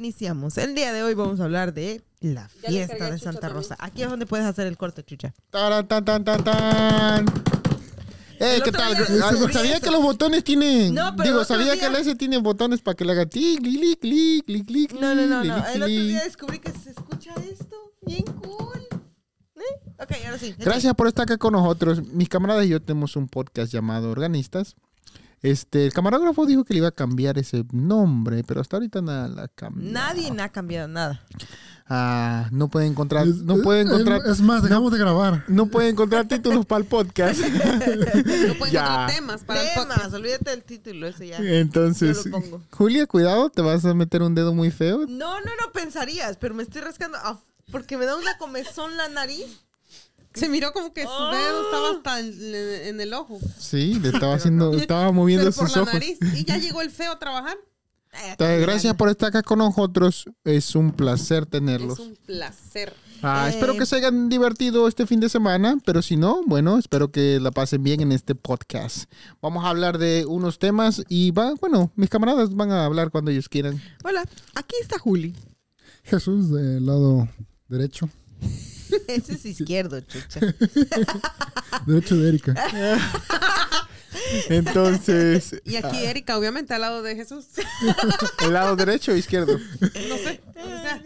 Iniciamos. El día de hoy vamos a hablar de la Ya le fiesta cargué a de Chucha Santa también. Rosa. Aquí es donde puedes hacer el corte, chucha. Taran, tan, tan, tan, tan. Ey, El ¿qué otro tal? día descubrí Ah, Sabía eso. que los botones tienen. No, pero el digo, otro sabía día- que el S tiene botones para que le haga clic, clic, clic, clic, clic. No, no, no, no. clic, El otro día clic. descubrí que se escucha esto. Bien cool. ¿Eh? Ok, ahora sí. Gracias por estar acá con nosotros. Mis camaradas y yo tenemos un podcast llamado Organistas. Este, el camarógrafo dijo que le iba a cambiar ese nombre, pero hasta ahorita nada la cambió. Nadie ha cambiado nada. Ah, no puede encontrar, Es- no puede es- encontrar, Es más, dejamos de grabar. no puede encontrar títulos para el podcast. No pueden Ya. encontrar temas para el Temas, podcast. olvídate del título ese ya. Eh. Entonces, Yo lo pongo. Julia, cuidado, te vas a meter un dedo muy feo. No, no, no pensarías, pero me estoy rascando af- porque me da una comezón la nariz. Se miró como que su dedo estaba hasta en, en- en el ojo. Sí, le estaba haciendo, estaba moviendo Pero por sus la ojos. nariz. Y ya llegó el feo a trabajar. Ay, Entonces, gracias por estar acá con nosotros. Es un placer tenerlos. Es un placer. Ah, Eh, Espero que se hayan divertido este fin de semana, pero si no, bueno, espero que la pasen bien en este podcast. Vamos a hablar de unos temas y va, bueno, mis camaradas van a hablar cuando ellos quieran. Hola, aquí está Juli. Jesús del lado derecho. Ese es izquierdo, chucha. Derecho de Erika. Entonces, Y aquí Ah. Erika, obviamente, al lado de Jesús. ¿el lado derecho o izquierdo? No sé. o sea,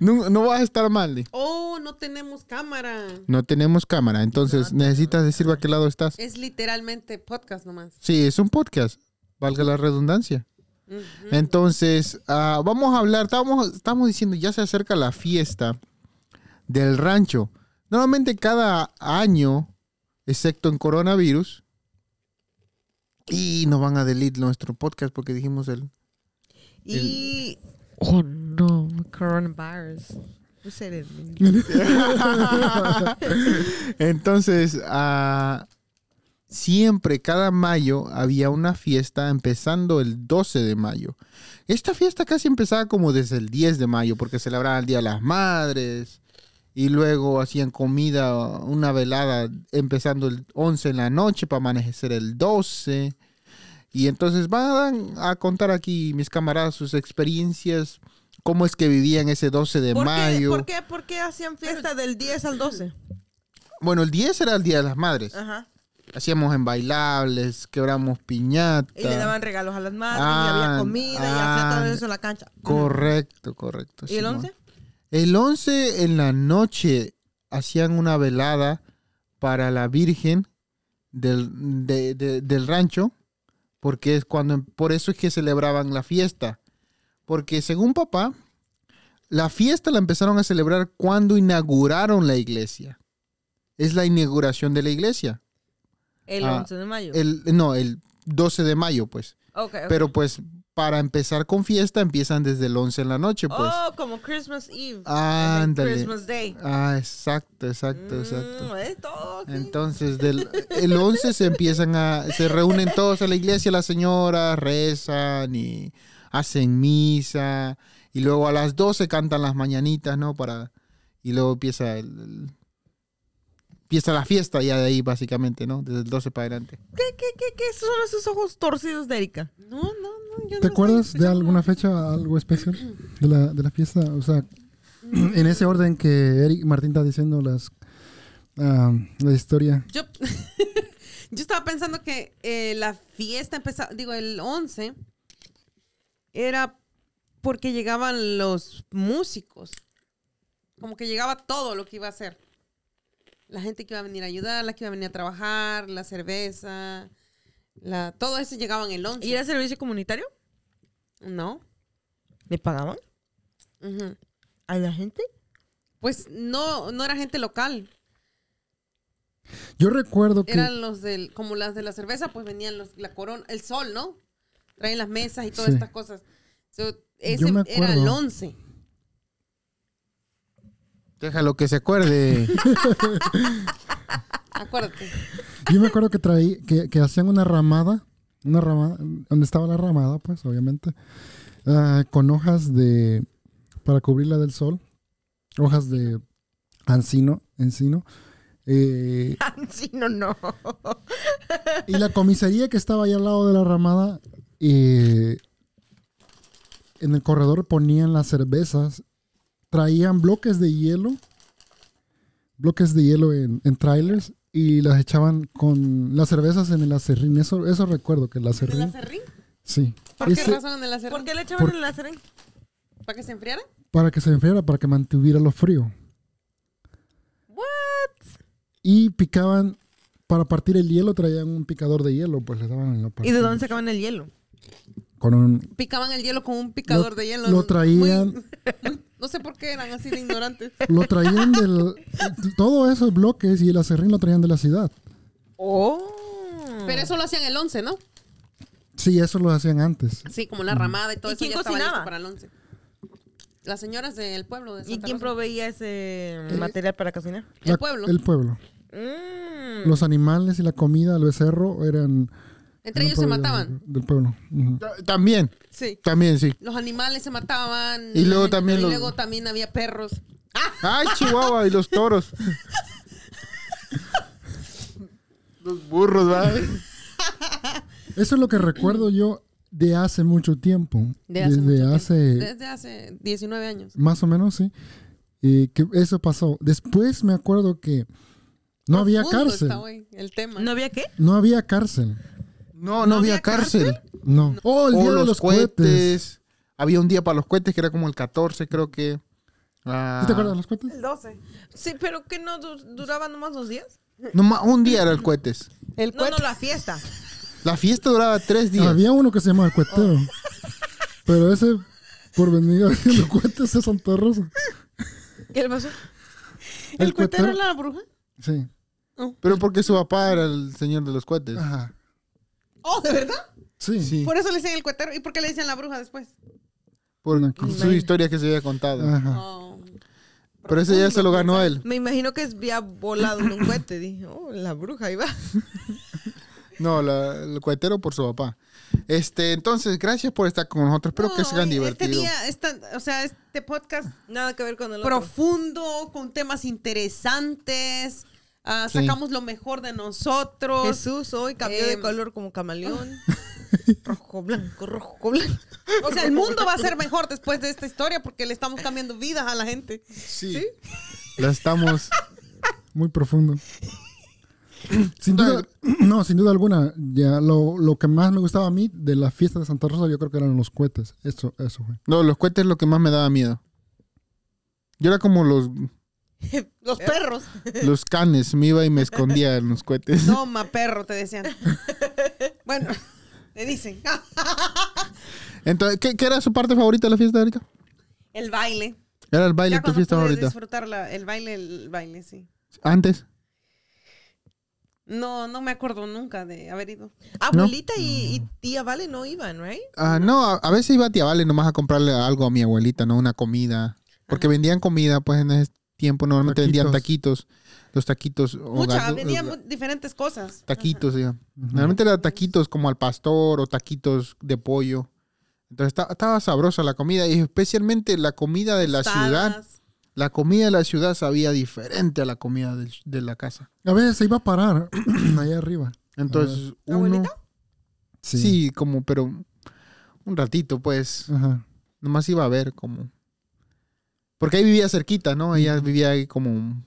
No, no vas a estar mal, Di. oh, no tenemos cámara. No tenemos cámara, entonces necesitas decir a qué lado estás. Es literalmente podcast nomás. Sí, es un podcast, valga la redundancia. Ujú. Entonces, ah, vamos a hablar, estamos, estamos diciendo, ya se acerca la fiesta del rancho. Normalmente cada año, excepto en coronavirus, y nos van a delete nuestro podcast porque dijimos el... Y. Oh no, coronavirus. Pues No sé, el- Entonces, ah, siempre, cada mayo, había una fiesta empezando el 12 de mayo. Esta fiesta casi empezaba como desde el 10 de mayo, porque celebraban el Día de las Madres y luego hacían comida, una velada, empezando el 11 en la noche para amanecer el 12. Y entonces van a contar aquí mis camaradas sus experiencias, cómo es que vivían ese 12 de ¿Por, qué, mayo. ¿por, qué, ¿Por qué hacían fiesta del 10 al 12? Bueno, el 10 era el Día de las Madres. Ajá. Hacíamos en bailables, quebramos piñata. Ah. Y le daban regalos a las madres, y Ah, había comida, y ah, hacía todo eso en la cancha. Correcto, correcto. ¿Y el Simón. 11? El 11 en la noche hacían una velada para la Virgen del, de- de- del rancho, porque es cuando, por eso es que celebraban la fiesta. Porque según papá, la fiesta la empezaron a celebrar cuando inauguraron la iglesia. Es la inauguración de la iglesia. El Ah, 11 de mayo. El, no, el 12 de mayo, pues. Ok, ok. Pero pues para empezar con fiesta empiezan desde el 11 en la noche, pues. Ah, Oh, como Christmas Eve. and then Ándale. Oh, Christmas Day. Ah, exacto, exacto, exacto. Mm, es todo, sí. Entonces, del, el 11 se empiezan a, se reúnen todos a la iglesia, las señoras rezan y hacen misa. Y luego a las 12 cantan las mañanitas, ¿no? Para, y luego empieza el, el- empieza la fiesta ya de ahí, básicamente, ¿no? Desde el 12 para adelante. ¿Qué, qué, qué, qué son esos ojos torcidos de Erika? No, no, no. Yo no ¿Te sé. acuerdas de alguna fecha, algo especial de la, de la fiesta? O sea, en ese orden que Eric Martín está diciendo las ah, la historia. Yo, yo estaba pensando que eh, la fiesta empezaba, digo, el 11 era porque llegaban los músicos. Como que llegaba todo lo que iba a hacer. La gente que iba a venir a ayudar, la que iba a venir a trabajar, la cerveza, la, todo eso llegaban el 11. ¿Y era servicio comunitario? ¿No? ¿Le pagaban Ujú. a la gente? Pues no, no era gente local. Yo recuerdo que Eran los del, como las de la cerveza, pues venían los, la corona, el sol, ¿no? Traen las mesas y todas Sí. estas cosas. So, ese Yo me era acuerdo. el 11. Déjalo que se acuerde. Acuérdate. yo me acuerdo que traí que, que hacían una ramada, una ramada donde estaba la ramada, pues obviamente, ah, con hojas de para cubrirla del sol, hojas de ancino, encino. eh, Ah, Sí, no, no. Y la comisaría que estaba ahí al lado de la ramada eh, en el corredor ponían las cervezas, traían bloques de hielo, bloques de hielo en, en trailers y las echaban con las cervezas en el acerrín. Eso, eso recuerdo que el ¿Del acerrín. acerrín? Sí. ¿Por qué Ese- razón en el acerrín? ¿Por qué le echaban Por- el acerrín? ¿Para que se enfriara? Para que se enfriara, para que mantuviera lo frío. What? Y picaban, para partir el hielo traían un picador de hielo, pues le daban en la ¿Y de partida. dónde sacaban el hielo? Con un... Picaban el hielo con un picador Lo- de hielo. lo traían... Muy- no sé por qué eran así de ignorantes. Lo traían del. Todos esos bloques y el acerrín lo traían de la ciudad. Oh. Pero eso lo hacían el 11, ¿no? Sí, eso lo hacían antes. Sí, como la ramada y todo ¿Y eso quién ya estaba listo cocinaba? para el 11. Las señoras del pueblo de Santa ¿Y quién Rosa. proveía ese material para cocinar? El La- pueblo. El pueblo. Mm. Los animales y la comida, el becerro, eran. Entre ellos eran se proveídos mataban. Del pueblo. Ujú. Ta- También, Sí. también sí. Los animales se mataban. Y la luego gente- también y los- luego también había perros. Ay, Chihuahua y los toros. Los burros, ¿verdad? Eso es lo que recuerdo yo de hace mucho tiempo. Desde mucho hace. tiempo. Desde hace 19 años. Más o menos, sí. Y que eso pasó. Después me acuerdo que. No había Profundo cárcel. está hoy el tema. ¿No había qué? No había cárcel. No, no había cárcel. No. Oh, el O día de los, los cohetes. cohetes. Había un día para los cohetes que era como el 14, creo que. Ah, ¿Sí ¿Te acuerdas de los cohetes? El 12. Sí, pero que no du- duraba nomás dos días. Nomás un día era el cohetes. El No, no, cuate- la fiesta. La fiesta duraba tres días. Había uno que se llamaba el cuetero. Pero ese, por venir haciendo cuetes de Santa Rosa. ¿Qué le pasó? el el cuetero cuetero. era la bruja. Sí. Pero porque su papá era el señor de los cohetes. Ajá. Oh, ¿de verdad? Sí. Sí. Por eso le decían el cuetero. ¿Y por qué le decían la bruja después? Por Aquí. su historia que se había contado. Ajá. Oh. Pero ese ya se lo ganó él. Me imagino que había volado en un cohete. Dije, oh, la bruja iba. No, la- el cohetero por su papá. Este, entonces, gracias por estar con nosotros. Espero que No, sean Este divertidos. día, esta- o sea, este podcast Nada que ver con el otro. profundo, con temas interesantes. ah, Sí. Sacamos lo mejor de nosotros. Jesús hoy cambió Em. de color como camaleón. rojo, blanco, rojo, blanco. O sea, el mundo va a ser mejor después de esta historia porque le estamos cambiando vidas a la gente. Sí. La estamos. Muy profundo. Sin duda, no, sin duda alguna, ya lo, lo que más me gustaba a mí de la fiesta de Santa Rosa, yo creo que eran los cohetes. Eso, eso fue. No, los cohetes es lo que más me daba miedo. Yo era como los, Los perros. los canes, me iba y me escondía en los cohetes. Toma, perro, te decían. Bueno, te dicen. ah, Entonces, ¿qué, qué era su parte favorita de la fiesta ahorita? El baile. Era el baile, Ya tu cuando fiesta pude favorita. disfrutar la- el baile, el baile, sí. Antes. No, no me acuerdo nunca de haber ido. Abuelita y, y tía Vale no iban, ¿right? Ah, no, a, a veces iba a tía Vale nomás a comprarle algo a mi abuelita, ¿no? Una comida. Porque vendían comida, pues en ese tiempo normalmente vendían taquitos. Los taquitos. o Muchas, gato- venían mu- diferentes cosas. Taquitos, diga. Normalmente era taquitos como al pastor o taquitos de pollo. Entonces esta- estaba sabrosa la comida y especialmente la comida de la ciudad. Tostadas. La comida de la ciudad sabía diferente a la comida del- de la casa. A veces se iba a parar allá arriba. Entonces, uno... ¿Abuelita? Sí. como, pero un ratito, pues. Ajá. Nomás iba a ver como... Porque ahí vivía cerquita, ¿no? Ella vivía ahí como...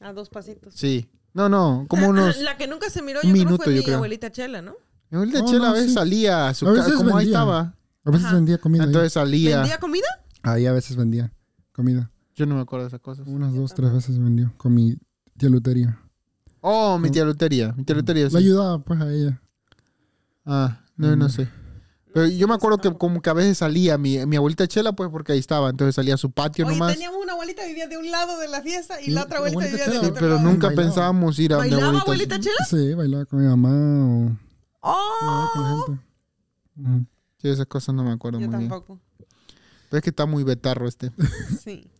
A dos pasitos. Sí. No, no, como unos... Ah, La que nunca se miró, Un yo minuto, creo que fue yo mi creo. abuelita Chela, ¿no? Mi abuelita No, Chela a no, veces sí. salía a su A ca- veces como ahí vendía. estaba. A veces Ajá. vendía comida. ahí. Entonces salía... ¿Vendía comida? Ahí a veces vendía comida. Yo no me acuerdo de esas cosas. Unas dos, tres veces vendió con mi tía Lutería. Oh, mi tía Lutería. Mi tía Lutería, Mm. La Mm. sí. ayudaba pues a ella. Ah, no, no sé. Pero yo me pues, acuerdo que como que a veces salía mi, mi abuelita Chela, pues porque ahí estaba. Entonces salía a su patio Oye, nomás. teníamos una abuelita que vivía de un lado de la fiesta y Sí, la otra la abuelita vivía abuelita Chela, del Sí, otro pero lado. nunca Bailaba. pensábamos ir a mi ¿Bailaba abuelita. abuelita Chela? Sí, bailaba con mi mamá o ¡Oh! bailaba con la gente. Ujú. Sí, esas cosas no me acuerdo Yo muy bien. tampoco. Pero es que está muy betarro este. Sí.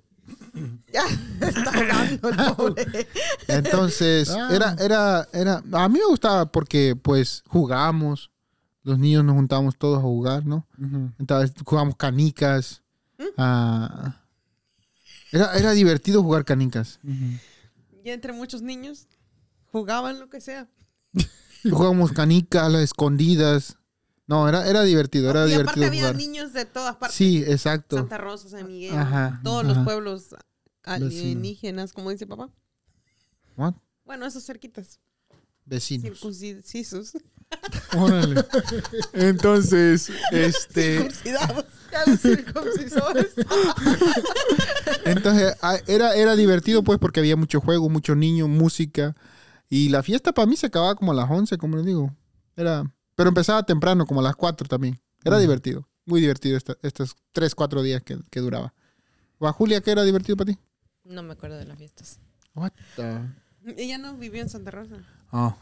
Ya, está hablando el pobre. Entonces, Ah. era, era, era. A mí me gustaba porque, pues, jugamos. Los niños nos juntábamos todos a jugar, ¿no? Ujú. Entonces jugamos canicas. ¿Mm? ah. era, era divertido jugar canicas. Y entre muchos niños jugaban lo que sea. Jugábamos canicas, las escondidas. No, era, era divertido, era y aparte divertido había jugar. niños de todas partes. Sí, exacto. Santa Rosa, San Miguel, Ajá, todos ajá. los pueblos ah, alienígenas, como dice papá. What? Bueno, esos cerquitas, Vecinos. circuncisos, Órale. Entonces, este, circuncidados. Ya los circuncisores. entonces ah, era, era divertido pues porque había mucho juego, mucho niño, música. Y la fiesta para mí se acababa como a las 11, como les digo. Era, pero empezaba temprano, como a las 4 también. Era divertido, muy divertido esta- estos 3, 4 días que, que duraba. ¿O a Julia qué era divertido para ti? No me acuerdo de las fiestas. What the... Ella no vivió en Santa Rosa. Oh,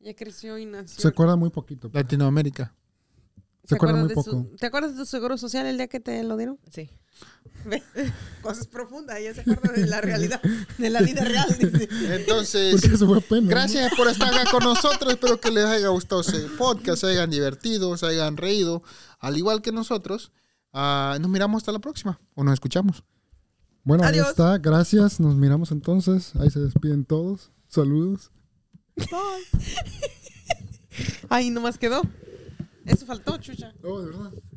Ella creció y nació. Se acuerda muy poquito. pues. Latinoamérica. Se acuerda muy acuerdas de su- poco. ¿Te acuerdas de tu seguro social el día que te lo dieron? Sí. Cosas profundas, ella se acuerda de la realidad, de la vida real. Entonces, Porque eso fue pena. Gracias por estar acá con nosotros. Espero que les haya gustado este podcast, se hayan divertido, se hayan reído, al igual que nosotros. Ah, nos miramos hasta la próxima o nos escuchamos. Bueno, Adiós. ahí está. Gracias. Nos miramos entonces. Ahí se despiden todos. Saludos. Ay, nomás quedó. Eso faltó, chucha. Oh, de verdad.